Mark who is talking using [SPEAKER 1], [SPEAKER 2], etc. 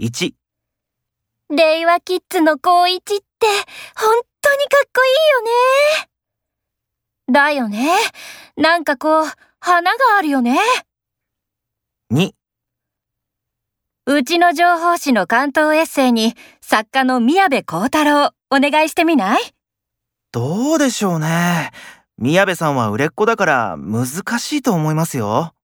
[SPEAKER 1] 1、
[SPEAKER 2] 令和キッズの高一って本当にかっこいいよね。だよね。なんかこう、花があるよね。
[SPEAKER 1] 2、
[SPEAKER 2] うちの情報誌の関東エッセイに作家の宮部幸太郎お願いしてみない
[SPEAKER 1] どうでしょうね。宮部さんは売れっ子だから難しいと思いますよ。